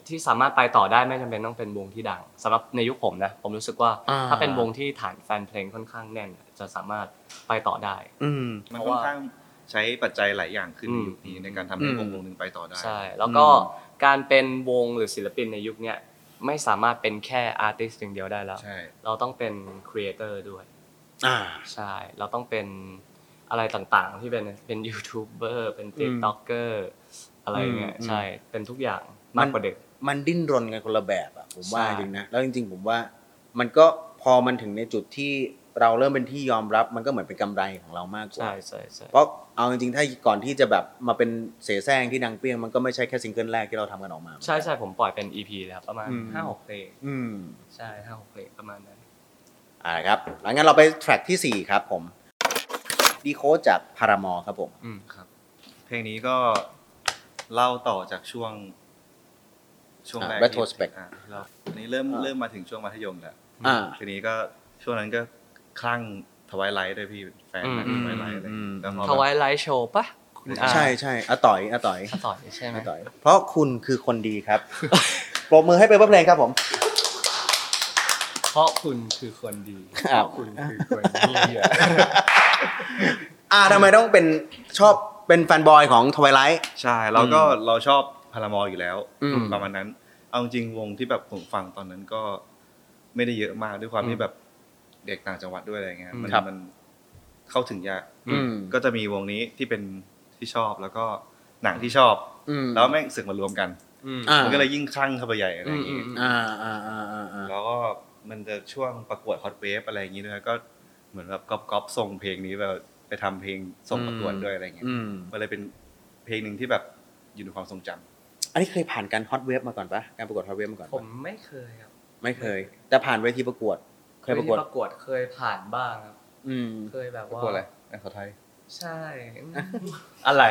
Speaker 3: ที่สามารถไปต่อได้ไม่จำเป็นต้องเป็นวงที่ดังสำหรับในยุคผมนะ ผมรู้สึกว่าถ้าเป็นวงที่ฐานแฟนเพลงค่อนข้างแน่น จะสามารถไปต่อได้
Speaker 2: อืม
Speaker 4: มันค่อนข้าง ใช้ปัจจัยหลายอย่างขึ้นในยุคนี้ในการทำให้
Speaker 2: อืม
Speaker 4: วงวงหนึ่งไปต่อได้
Speaker 3: ใช่ แล้วก็การเป็นวงหรือศิลปินในยุคเนี้ยไม่สามารถเป็นแค่อาร์ติสต์อย่างเดียวได้แล้ว
Speaker 4: ใช่
Speaker 3: เราต้องเป็นครีเอเตอร์ด้วย
Speaker 2: อ่า
Speaker 3: ใช่ เราต้องเป็นอะไรต่างๆ ที่เป็นเป็นยูทูบเบอร์เป็นติ๊กต็อกเกอร์อะไรเงี้ย
Speaker 2: อืม
Speaker 3: ใช่ เป็นทุกอย่าง
Speaker 2: มั
Speaker 3: มาก
Speaker 2: น
Speaker 3: กว่าเด็ก
Speaker 2: มันดิ้นรนกันคนละแบบอะผมว่า
Speaker 3: ใช่
Speaker 2: จริงนะแล้วจริง ๆ ผมว่ามันก็พอมันถึงในจุดที่เราเริ่มเป็นที่ยอมรับมันก็เหมือนเป็นกำไรของเรามากกว่า
Speaker 3: ใช่ใช่ใช่
Speaker 2: เพราะเอาจริงๆ ถ้าก่อนที่จะแบบมาเป็นเสแสร้งที่ดังเปี้ยงมันก็ไม่ใช่แค่ซิงเกิลแรกที่เราทำกันออกมา
Speaker 3: ใช่ใช่ผมปล่อยเป็น EP แล้วครับประมาณ
Speaker 2: อืม
Speaker 3: ห้าหกเพลง
Speaker 2: อืม
Speaker 3: ใช่ห้าหกเพลงประมาณนั้น
Speaker 2: อ่าครับ หลังงั้นเราไปแทร็กที่ 4 ครับผมดีโคจากพารามอครับผม
Speaker 3: อืม
Speaker 4: ครับเพลงนี้ก็เล่าต่อจากช่วง ช่วงแรก
Speaker 2: อ่ะ retrospect
Speaker 4: ที่อ่ะเราอันนี้เริ่ม
Speaker 2: อ่ะ
Speaker 4: เริ่มมาถึงช่วงมัธยมแล้ว
Speaker 2: อ่า
Speaker 4: ทีนี้ก็ช่วงนั้นก็คลั่งทวายไลท์ด้วยพี่แฟนหนัง
Speaker 3: อืม
Speaker 4: ทวายไลท์อะไรอย่างเงี้ยแล้วพอ
Speaker 3: ทวายไลท์โชว์ปะคุณอา
Speaker 2: ใช่ใช่อาต่อยอาต่อย
Speaker 3: อาต่อยใช่ไหม
Speaker 2: อาต่อย เพราะคุณคือคนดีครับ ปรบมือให้เปเปอร์เพลงครับผม
Speaker 3: เพราะคุณคือคนดีเพ
Speaker 2: อ้าว
Speaker 3: ราะคุณคือคนดีย
Speaker 2: อ่า ทำไมต้องเป็นชอบเป็นแฟนบอยของทวายไลท์
Speaker 4: ใช่แล้วก็เราชอบพารามออยู่แล้ว
Speaker 2: อืม
Speaker 4: ประมาณนั้น เอาจริงๆวงที่แบบผมฟังตอนนั้นก็ไม่ได้เยอะมากด้วยความที่แบบเด็กต่างจังหวัดด้วยอะไรเงี้ยมัน
Speaker 2: ครับ
Speaker 4: มันเข้าถึงยาก
Speaker 2: อืม
Speaker 4: ก็จะมีวงนี้ที่เป็นที่ชอบแล้วก็หนังที่ชอบ
Speaker 2: อืม
Speaker 4: แล้วแม่งศึกมารวมกัน
Speaker 3: อืม
Speaker 2: อ่า
Speaker 4: มันก็เลยยิ่งคลั่งเข้าไปใหญ่อะไรอย่าง
Speaker 3: อื
Speaker 4: งี้
Speaker 3: มอืม
Speaker 2: อ่าอ่าอ่าอ่าอ่า
Speaker 4: แล้วก็มันจะช่วงประกวดฮอตเวฟอะไรอย่างงี้ด้วยก็เหมือนแบบก๊อปก๊อปส่งเพลงนี้แบบไปทำเพลงส่งประกวดด้วยอะไรเงี้ย
Speaker 2: อืม
Speaker 4: มันเลยเป็นเพลงหนึ่งที่แบบอยู่ในความทรงจำ
Speaker 2: อันนี้เคยผ่านการฮอตเวฟมาก่อนปะการประกวดฮอตเวฟมาก่อน
Speaker 3: ผ
Speaker 2: ปะ
Speaker 3: มไม่เคยครับ
Speaker 2: ไม่เคย แต่ผ่านเวทีประกวด เคยประกวด
Speaker 3: ประกวดเคยผ่านบ้างครับ
Speaker 2: อืม
Speaker 3: เคยแบบ
Speaker 4: ประ
Speaker 3: ว่าก
Speaker 4: วดอะไรอ่ะขอไทย
Speaker 3: ใช่ อืมอะไร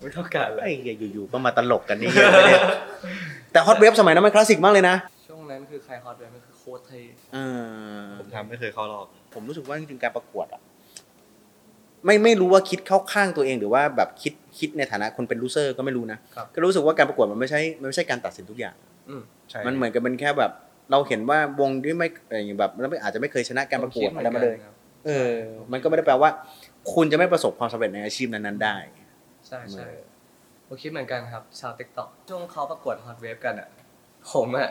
Speaker 3: ไม่ต้องการอะไร
Speaker 2: ไอ้เหี้ยอยู่ๆก็มาตลกกันนี่เหี้ยไม่ได้แต่ฮอตเว็บสมัยนั้นมันคลาสสิกมากเลยนะ
Speaker 3: ช่วงนั้นคือใครฮอตเลยมันคือโค้ชเทย
Speaker 2: เออ
Speaker 4: ผมทำไม่เคยเข้ารอบ
Speaker 2: ผมรู้สึกว่าจริงๆการประกวดอะไม่ไม่รู้ว่าคิดเข้าข้างตัวเองหรือว่าแบบคิดคิดในฐานะคนเป็นลูเซอร์ก็ไม่รู้นะ
Speaker 3: ครับ
Speaker 2: ก็รู้สึกว่าการประกวดมันไม่ใช่มันไม่ใช่การตัดสินทุกอย่าง
Speaker 3: อืม
Speaker 4: ใช่
Speaker 2: มันเหมือนกับเป็นแค่แบบ เราเห็นว่าวงที่ไม่อะไรอย่างเงี้ยแบบแล้วไม่อาจจะไม่เคยชนะการประกวดอะไรมาเลย เออ มันก็ไม่ได้แปลว่า คุณจะไม่ประสบความสำเร็จในอาชีพนั้นๆได้
Speaker 3: ใช่
Speaker 2: เห
Speaker 3: ใช่
Speaker 2: มือน
Speaker 3: ผมคิดเหมือนกันครับ ชาวติ๊กต็อกช่วงเขาประกวดฮอตเวฟกันอ่ะ ผมอ่ะ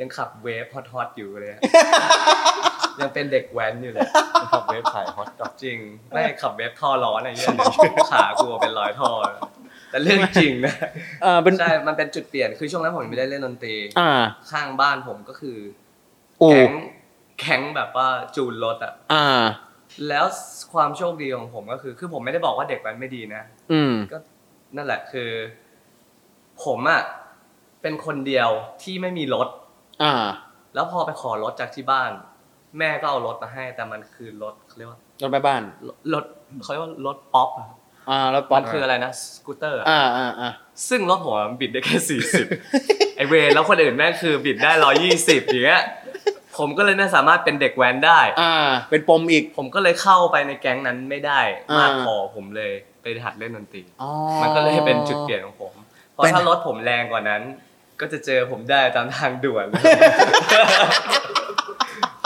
Speaker 3: ยังขับเวฟฮอตฮอตๆอยู่เลยอะ ยังเป็นเด็กแว้นอยู่เลยขับเวฟขายฮอตดอกจริง ไม่ขับเวฟท่อร้อนอะไรเงี้ย ขากูเป็นรอยท่อเลยแต่เรื่องจริงนะ
Speaker 2: เออเป็น
Speaker 3: ใช่มันเป็นจุดเปลี่ยนคือช่วงนั้นผมยังไม่ได้เล่นดนตรี
Speaker 2: อ่า
Speaker 3: ข้างบ้านผมก็คือ
Speaker 2: โอ้
Speaker 3: แก๊งแก๊งแบบว่าจูนรถอ่ะ
Speaker 2: อ่า
Speaker 3: แล้วความโชคดีของผมก็คือ คือผมไม่ได้บอกว่าเด็กแว้นไม่ดีนะ
Speaker 2: อืม
Speaker 3: ก็นั่นแหละคือ ผมอะเป็นคนเดียวที่ไม่มีรถ
Speaker 2: อ่า
Speaker 3: แล้วพอไปขอรถจากที่บ้าน แม่ก็เอารถมาให้ แต่มันคือรถเขาเรียกว่าร
Speaker 2: ถแม่บ้าน
Speaker 3: รถเขาเรียกว่ารถป๊อปอะ
Speaker 2: อ่ารถป๊อ
Speaker 3: มั
Speaker 2: ป
Speaker 3: นคืออะไรนะสกูตเตอร์อะ
Speaker 2: อ่าอ่าอ่า
Speaker 3: ซึ่งรถผมอะมันบิดได้แค่สี่สิบไอเวนแล้วคนอื่นแม่งคือบิดได้ร้อยี่สิบอย่างเงี้ยผมก็เลยไม่สามารถเป็นเด็กแว้นได้
Speaker 2: อ่า เป็นปมอีก
Speaker 3: ผมก็เลยเข้าไปในแก๊งนั้นไม่ได้มาก
Speaker 2: อ่า
Speaker 3: พอผมเลยไปหัดเล่นดนตรี
Speaker 2: อ๋อ
Speaker 3: มันก็เลยเป็นจุดเปลี่ยนของผม เพราะ
Speaker 2: เป็น
Speaker 3: ถ้ารถผมแรงกว่านั้น ก็จะเจอผมได้ตามทาง ด่วน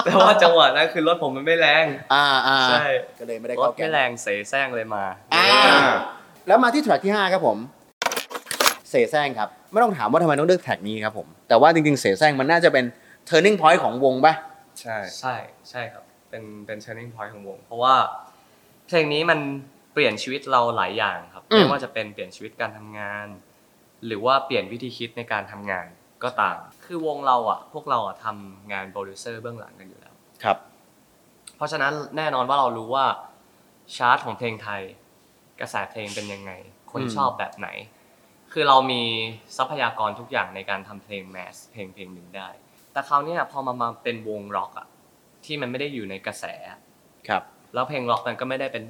Speaker 3: แต่ว่าจังหวะนั้นคือรถผมมันไม่แรง
Speaker 2: อ่าอ่า
Speaker 3: ใช่
Speaker 2: ก็เลยไม่ได้
Speaker 3: รถ
Speaker 2: เข้าแก๊
Speaker 3: ไม่
Speaker 2: ง
Speaker 3: แรงเสแสร้งเลยมา
Speaker 2: อ่า
Speaker 4: อ่า
Speaker 2: แล้วมาที่แทร็กที่ 5 ครับผม เสแสร้งครับ ไม่ต้องถามว่าทำไมต้องเลือกแทร็กนี้ครับผม แต่ว่าจริงๆ เสแสร้งมันน่าจะเป็น turning point ของวงป่ะ
Speaker 4: ใช่
Speaker 3: ใช่ใช่ครับ เป็นเป็น turning point ของวง เพราะว่าเพลงนี้มันเปลี่ยนชีวิตเราหลายอย่างครับ
Speaker 2: อืม
Speaker 3: ไม่ว่าจะเป็นเปลี่ยนชีวิตการทำงาน หรือว่าเปลี่ยนวิธีคิดในการทำงานก็ตาม คือวงเราอ่ะ พวกเราอ่ะทำงานโปรดิวเซอร์เบื้องหลังกันอยู่แล้ว
Speaker 2: ครับ
Speaker 3: เพราะฉะนั้นแน่นอนว่าเรารู้ว่าชาร์ตของเพลงไทย กระแสเพลงเป็นยังไง คน
Speaker 2: อืม
Speaker 3: ชอบแบบไหน คือเรามีทรัพยากรทุกอย่างในการทำเพลงแมสเพลงเพลงหนึ่งได้ แต่คราวเนี้ยพอมามาเป็นวงร็อกอะที่มันไม่ได้อยู่ในกระแส
Speaker 2: ครับ
Speaker 3: แล้วเพลงร็อกมันก็ไม่ได้เป็น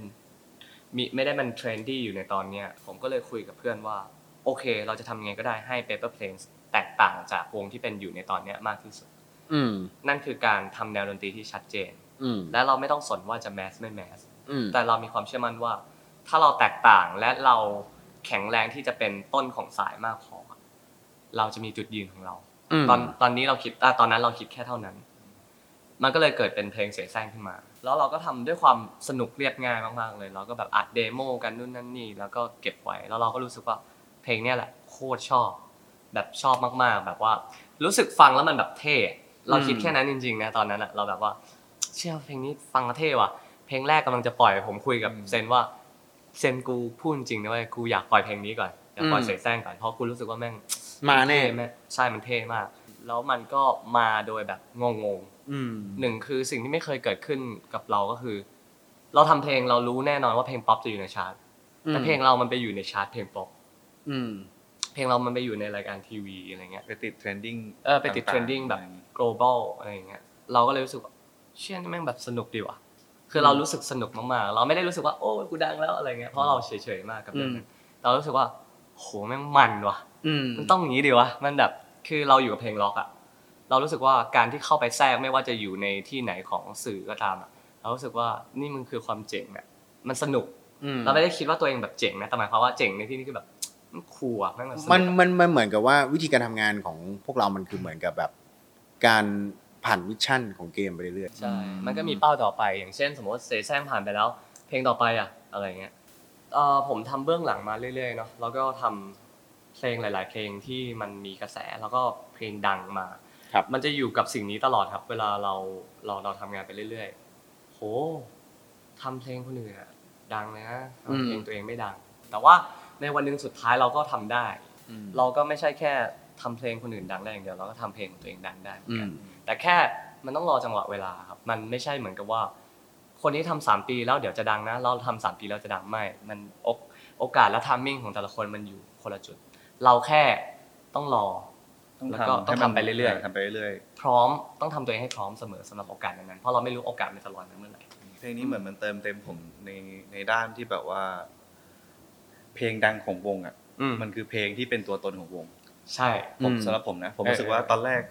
Speaker 3: มีไม่ได้มันเทรนดี้อยู่ในตอนเนี้ยผมก็เลยคุยกับเพื่อนว่า โอเค เราจะทำยังไงก็ได้ให้ Paper Planes แตกต่างจากวงที่เป็นอยู่ในตอนเนี้ยมากที่สุด
Speaker 2: อืม
Speaker 3: นั่นคือการทำแนวดนตรีที่ชัดเจน
Speaker 2: อืม
Speaker 3: และเราไม่ต้องสนว่าจะแมสไม่แมส
Speaker 2: อืม
Speaker 3: แต่เรามีความเชื่อมั่นว่า ถ้าเราแตกต่างและเราแข็งแรงที่จะเป็นต้นของสายมากพออะเราจะมีจุดยืนของเรา
Speaker 2: อืม
Speaker 3: ตอนตอนนี้เราคิดอ่ะตอนนั้นเราคิดแค่เท่านั้น มันก็เลยเกิดเป็นเพลงเสียงแซงขึ้นมา แล้วเราก็ทำด้วยความสนุกเรียบง่ายมากๆเลย เราก็แบบอัดเดโมกันนู่นนั่นนี่ แล้วก็เก็บไว้ แล้วเราก็รู้สึกว่าเพลงเนี้ยแหละโคตรชอบ แบบชอบมากๆ แบบว่า รู้สึกฟังแล้วมันแบบเท่ เราคิดแค่นั้นจริงๆนะตอนนั้นอะเราแบบว่า เชื่อเพลงนี้ฟังแล้วเท่ว่ะ เพลงแรกกำลังจะปล่อยผมคุยกับเซนว่าเซนกูพูดจริงนะเว้ยกูอยากปล่อยเพลงนี้ก่อนอยากปล่อยเสียงแซงก่อนเพราะกูรู้สึกว่าแม่ง
Speaker 2: มาแน่
Speaker 3: เท่ไหมใช่มันเท่มาก แล้วมันก็มาโดยแบบงง
Speaker 2: อืม
Speaker 3: ๆหนึ่งคือสิ่งที่ไม่เคยเกิดขึ้นกับเราก็คือ เราทำเพลงเรารู้แน่นอนว่าเพลงป๊อปจะอยู่ในชาร์ตแต่เพลงเรามันไปอยู่ในชาร์ตเพลงป๊อป
Speaker 2: อืม
Speaker 3: เพลงเรามันไปอยู่ในรายการทีวีอะไรเงี้ย
Speaker 4: ไปติดเทรนดิ้ง
Speaker 3: เออไปติดเทรนดิ้งแบบ global อะไรเงี้ยเราก็เลยรู้สึกว่าเชี่ยนี่แม่งแบบสนุกดีว่ะคือเรารู้สึกสนุกมากๆ เราไม่ได้รู้สึกว่าโอ้ยกูดังแล้วอะไรเงี้ยเพราะเราเฉยๆมากกับเรื่องนั้นเรารู้สึกว่าโหแม่งมันว่ะ
Speaker 2: อืม
Speaker 3: มันต้องอย่างนี้ดีวะ มันแบบ คือเราอยู่กับเพลงล็อกอะเรารู้สึกว่าการที่เข้าไปแทรกไม่ว่าจะอยู่ในที่ไหนของสื่อก็ตามอะเรารู้สึกว่านี่มันคือความเจ๋งอะมันสนุก
Speaker 2: อืม
Speaker 3: เราไม่ได้คิดว่าตัวเองแบบเจ๋งนะ แต่หมายความว่าเจ๋งในที่นี้คือแบบมันคูลอะแม่งแบบสก
Speaker 2: มัน
Speaker 3: อะ
Speaker 2: มันมันเหมือนกับว่าวิธีการทำงานของพวกเรามันคือเหมือนกับแบบ การผ่านวิชั่นของเกมไปเรื่อย
Speaker 3: ใช่ มันก็มีเป้าต่อไป อย่างเช่น สมมติเสแสร้งผ่านไปแล้ว เพลงต่อไปอะอะไรเงี้ยเอ่อผมทำเบื้องหลังมาเรื่อยๆเนาะ แล้วก็ทำเพลงหลาย ๆ เพลงที่มันมีกระแส แล้วก็เพลงดังมา
Speaker 2: ๆครับ
Speaker 3: มันจะอยู่กับสิ่งนี้ตลอดครับ เวลาเราเราเราทำงานไปเรื่อยๆ โหทำเพลงคนอื่นอะดังเลยนะ
Speaker 2: อืม
Speaker 3: ทำเพลงตัวเองไม่ดัง แต่ว่าในวันหนึ่งสุดท้ายเราก็ทำได้ เราก็ไม่ใช่แค่ทำเพลงคนอื่นดังได้อย่างเดียว เราก็ทำเพลงของตัวเองดังได้เหมือน
Speaker 2: อื
Speaker 3: กั
Speaker 2: ม
Speaker 3: น แต่แค่มันต้องรอจังหวะเวลาครับ มันไม่ใช่เหมือนกับว่า คนนี้ทำสามปีแล้วเดี๋ยวจะดังนะ เราทำสามปีแล้วจะดังไม่ มันโอกโอกาสและทามมิ่งของแต่ละคนมันอยู่คนละจุด เราแค่ต้องรอ แล้วก็ต้องทำไปเรื่อยๆ
Speaker 4: ๆทำไปเรื่อย
Speaker 3: พร้อมต้องทำตัวเองให้พร้อมเสมอสำหรับโอกาสนั้นๆเพราะเราไม่รู้โอกาสมันจะลอยมาเมื่อไหร่
Speaker 4: ๆเพลงนี้เหมือนมันเติมเต็มผมในในด้านที่แบบว่า เพลงดังของวงอ่ะ
Speaker 3: อืม
Speaker 4: มันคือเพลงที่เป็นตัวตนของวง
Speaker 3: ใช่
Speaker 4: ผม
Speaker 2: อืม
Speaker 4: สำหรับผมนะ ผม
Speaker 3: เออ
Speaker 4: รู้สึกว่าตอนแรก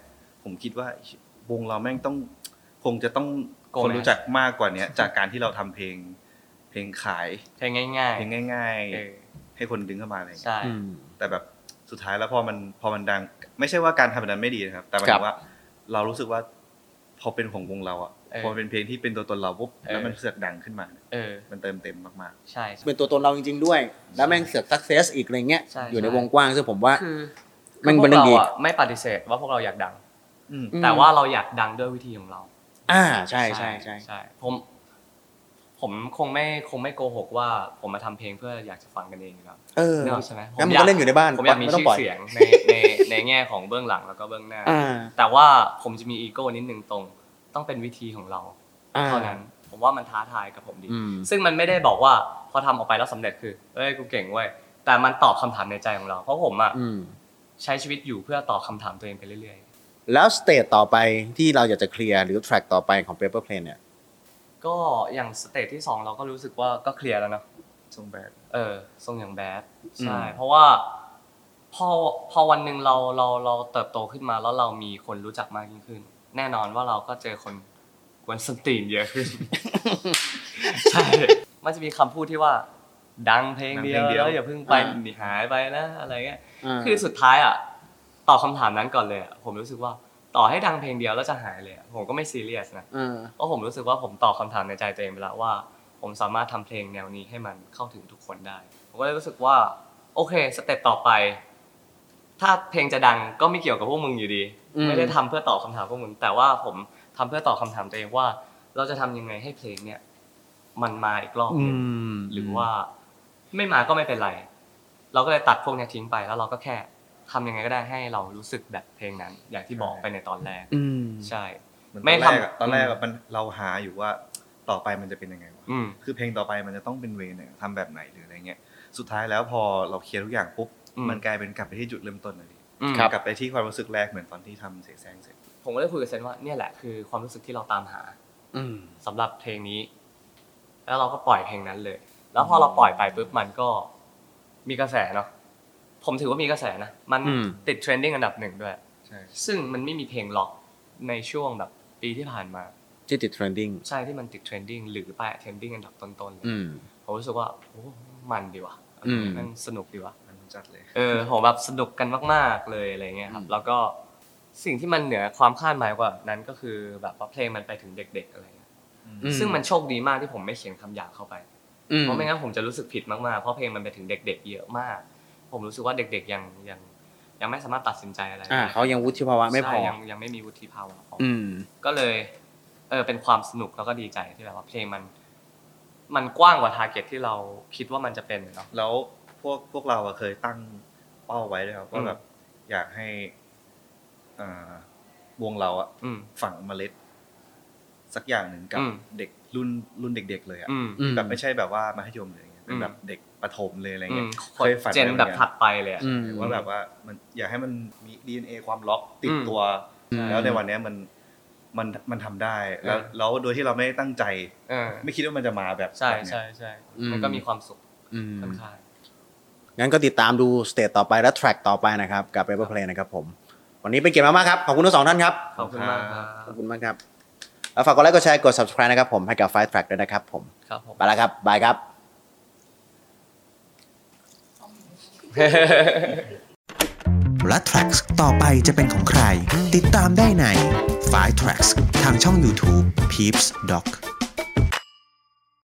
Speaker 4: ผมคิดว่าวงเราแม่งต้องคงจะต้อง
Speaker 3: โก
Speaker 4: คน
Speaker 3: แมส
Speaker 4: รู้จักมากกว่าเนี้ย จากการที่เราทำเพลง เพลงขาย
Speaker 3: เพลงง่าย
Speaker 4: เพลงง่าย
Speaker 3: ๆเออ
Speaker 4: ๆ ให้คนดึงเข้ามาอะไรอย่างเงี้ย
Speaker 3: ใช่
Speaker 2: อืม
Speaker 4: แต่แบบสุดท้ายแล้วพอมันพอมันดัง ไม่ใช่ว่าการทำแบบนั้นไม่ดีนะครับ แต่หมา
Speaker 2: ค
Speaker 4: ย
Speaker 2: รั
Speaker 4: ถึ
Speaker 2: บ
Speaker 4: งว่า เรารู้สึกว่า พอเป็นของวงเราอ่ะ
Speaker 3: เออ
Speaker 4: พอเป็นเพลงที่เป็นตัวตนเราปุ๊บ
Speaker 3: เออ
Speaker 4: แล้วมันเสือกดังขึ้นมาเนี่ย
Speaker 3: เออ
Speaker 4: มันเติมเต็มมาก
Speaker 3: ใช่ใช่
Speaker 2: เป็นตัวตนเราจริง ๆ ด้วย แล้วแม่งเสือกสักเซสอีกอะไรเงี้ย
Speaker 3: ใช่
Speaker 2: อยู่ใน
Speaker 3: ใช่
Speaker 2: วงกว้างซึ่งผมว่า
Speaker 3: คือ
Speaker 2: แม่งเป็นเรื่องดี
Speaker 3: พวกาะไม่ปฏิเสธว่าพวกเราอยากดัง
Speaker 4: ๆอืม
Speaker 2: อืม
Speaker 3: แต่ว่าเราอยากดังด้วยวิธีของเรา
Speaker 2: อ่าใช่ใช่ใช่
Speaker 3: ใช่ผม ผมคงไม่คงไม่โกหกว่าผมมาทำเพลงเพื่ออยากจะฟังกันเองอยู่แล้ว
Speaker 2: เออ
Speaker 3: เนอะใช่ไหมผม
Speaker 2: งั้นมัน
Speaker 3: อยา
Speaker 2: ก็
Speaker 3: ก
Speaker 2: เล่นอยู่ในบ้าน
Speaker 3: ผมอยากมี
Speaker 2: ไม่ต้อ
Speaker 3: ชื่
Speaker 2: ง
Speaker 3: อ
Speaker 2: ปล่อย
Speaker 3: เสียงในในในแง่ของเบื้องหลังแล้วก็เบื้องหน้า
Speaker 2: อ่า
Speaker 3: แต่ว่าผมจะมีอีโก้นิดนึงตรง ต้องเป็นวิธีของเรา
Speaker 2: อ่า
Speaker 3: เท่านั้นผมว่ามันท้าทายกับผมดี
Speaker 2: อืม
Speaker 3: ซึ่งมันไม่ได้บอกว่าพอทำออกไปแล้วสำเร็จคือเอ้ยกูเก่งเว้ยแต่มันตอบคำถามในใจของเรา เพราะผมอะ
Speaker 2: อืม
Speaker 3: ใช้ชีวิตอยู่เพื่อตอบคำถามตัวเองไปเรื่อย
Speaker 2: แล้วสเตจต่อไปที่เราอยากจะเคลียร์หรือแทร็กต่อไปของ Paper Plane เนี่ย
Speaker 3: ๆ ก็อย่างสเตจที่สองเราก็รู้สึกว่าก็เคลียร์แล้วเนอะ
Speaker 4: ทรงแบบ
Speaker 3: เออทรงอย่างแบด
Speaker 2: อื
Speaker 3: ใช่
Speaker 2: ม
Speaker 3: เพราะว่าพอพอวันหนึ่งเราเราเราเติบโตขึ้นมาแล้วเรามีคนรู้จักมากยิ่งขึ้น แน่นอนว่าเราก็เจอคนกวนสนตีนเยอะขึ้น ใช่ มันจะมีคำพูดที่ว่า ดังเพลงเดียวแล้วอย่าเพิ่งไปหนีหายไปนะอะไรเงี้ย คือสุดท้ายอ่ะตอบคำถามนั้นก่อนเลยอ่ะผมรู้สึกว่าต่อให้ดังเพลงเดียวแล้วจะหายเลยอะผมก็ไม่ซีเรียสนะ
Speaker 2: อ่า
Speaker 3: เพราะผมรู้สึกว่าผมตอบคำถามในใจตัวเองไปแล้วว่า ผมสามารถทำเพลงแนวนี้ให้มันเข้าถึงทุกคนได้ ผมก็เลยรู้สึกว่า โอเคสเต็ปต่อไป ถ้าเพลงจะดังก็ไม่เกี่ยวกับพวกมึงอยู่ดี ไม่ได้ทำเพื่อตอบคำถามพวกมึงแต่ว่าผมทำเพื่อตอบคำถามตัวเองว่า เราจะทำยังไงให้เพลงเนี่ย มันมาอีกรอบ
Speaker 2: อื
Speaker 3: หนึง
Speaker 2: ม
Speaker 3: หรือว่าไม่มาก็ไม่เป็นไร เราก็เลยตัดพวกเนี้ยทิ้งไปแล้วเราก็แค่ทำยังไงก็ได้ให้เรารู้สึกแบบเพลงนั้น อย่างที่บอกไปในตอนแรก
Speaker 2: อืม
Speaker 3: ใช่
Speaker 4: เหมือน
Speaker 3: ไม่
Speaker 4: ตอนแรกอะ
Speaker 3: ทำ
Speaker 4: ตอนแรกอะมันเราหาอยู่ว่าต่อไปมันจะเป็นยังไงวะ
Speaker 3: อืม
Speaker 4: คือเพลงต่อไปมันจะต้องเป็นเวย์ไหนทำแบบไหนหรืออะไรเงี้ย สุดท้ายแล้วพอเราเคลียร์ทุกอย่างปุ๊บ
Speaker 3: อืม
Speaker 4: มันกลายเป็นกลับไปที่จุดเริ่มต้นเลยดิ
Speaker 3: อืม
Speaker 2: ครับ
Speaker 4: กลับไปที่ความรู้สึกแรกเหมือนตอนที่ทำเสียงแซงเสร็จ
Speaker 3: ผมก็เลยคุยกับเซนว่าเนี่ยแหละคือความรู้สึกที่เราตามหา
Speaker 2: อืม
Speaker 3: สำหรับเพลงนี้ แล้วเราก็ปล่อยเพลงนั้นเลย แล้วพอเราปล่อยไปปุ๊บมันก็มีกระแสเนาะผมถือว่ามีกระแสนะมัน
Speaker 2: อืม
Speaker 3: ติดเทรนดิ้งอันดับหนึ่งด้วย
Speaker 4: ใช่
Speaker 3: ซึ่งมันไม่มีเพลงล็อกในช่วงแบบปีที่ผ่านมา
Speaker 2: ที่ติดเทรนดิ้ง
Speaker 3: ใช่ที่มันติดเทรนดิ้งหรือไปเทรนดิ้งอันดับต้นๆเลย
Speaker 2: อืม
Speaker 3: ผมรู้สึกว่าโอ้มันดีว่ะ
Speaker 2: อืม
Speaker 3: มันสนุกดีว่ะ
Speaker 4: มันจัดเลย
Speaker 3: เออผมแบบสนุกกันมาก ๆเลยอะไรเงี้ยครับ แล้วก็ สิ่งที่มันเหนือความคาดหมายกว่านั้นก็คือแบบว่าเพลงมันไปถึงเด็ก ๆ อะไรเงี้ย
Speaker 2: อื
Speaker 3: ซึ่งมันโชคดีมากที่ผมไม่เขียนคำหยาบเข้าไป
Speaker 2: อืม
Speaker 3: เพราะไม่งั้นผมจะรู้สึกผิดมากๆ เพราะเพลงมันไปถึงเด็ก ๆ เยอะมาก ผมรู้สึกว่าเด็ก ๆ ยังยังยังไม่สามารถตัดสินใจอะไร
Speaker 2: อ่าเขายังวุฒิภาวะไม่พอ
Speaker 3: ใช่ยังยังไม่มีวุฒิภาวะพออ
Speaker 2: อืม
Speaker 3: ก็เลยเออเป็นความสนุกแล้วก็ดีใจที่แบบว่าเพลงมัน มันกว้างกว่าทาร์เก็ตที่เราคิดว่ามันจะเป็นเนาะ
Speaker 4: แล้วพวกพวกเราอะเคยตั้งเป้าไว้ด้วยครับว่าแบบอยากให้อ่าวงเราอะ
Speaker 3: อืม
Speaker 4: ฝังเมล็ด สักอย่างหนึ่งกับ
Speaker 3: อืม
Speaker 4: เด็กรุ่นรุ่นเด็ก ๆ เลยอะ
Speaker 3: อืม
Speaker 2: อืม
Speaker 4: แบบไม่ใช่แบบว่ามัธยมเลยอย่างเงี้ยเป็น
Speaker 3: อืม
Speaker 4: แบบเด็กประถมเลยอะไร
Speaker 3: อื
Speaker 4: เงี้
Speaker 3: ม
Speaker 4: ยเคยฝัน
Speaker 3: เจ
Speaker 4: ไว้
Speaker 3: น
Speaker 4: เหมือ
Speaker 3: แบบ
Speaker 4: กั
Speaker 3: ถัดไปเลยอะ
Speaker 2: อืม
Speaker 4: หรือว่าแบบว่ามันอยากให้มันมี DNA ความล็อกติด
Speaker 3: อืม
Speaker 4: ตัว
Speaker 2: อืม
Speaker 4: แล้วในวันเนี้ยมันมันมันทำได้แล้ว
Speaker 3: เออ
Speaker 4: แล้วโดยที่เราไม่ได้ตั้งใจ
Speaker 3: เออ
Speaker 4: ไม่คิดว่ามันจะมาแบบ
Speaker 3: ใช่
Speaker 4: แบบเนี้
Speaker 3: ใช่
Speaker 4: ย
Speaker 3: ใช่
Speaker 2: อืม
Speaker 3: มันก็มีความสุข
Speaker 2: อืม
Speaker 3: ค่อนข้าง
Speaker 2: งั้นก็ติดตามดูสเตจต่อไปและแทร็กต่อไปนะครับ กับ Paper Play นะครับผม วันนี้เป็นเกียรติมากๆครับ ขอบคุณทั้งสองท่านครับ
Speaker 3: ขอบคุณมากครั
Speaker 2: ขอบบ คุณมากครับแล้วฝากกดไลค์กดแชร์กด subscribe นะครับผมให้กับ Five Track ด้วยนะครับผม
Speaker 3: ครับผม
Speaker 2: ไปแล้วครับบายครับ
Speaker 1: และ Tracks ต่อไปจะเป็นของใคร ติดตามได้ใน f i Tracks ทางช่อง YouTube Peeps Doc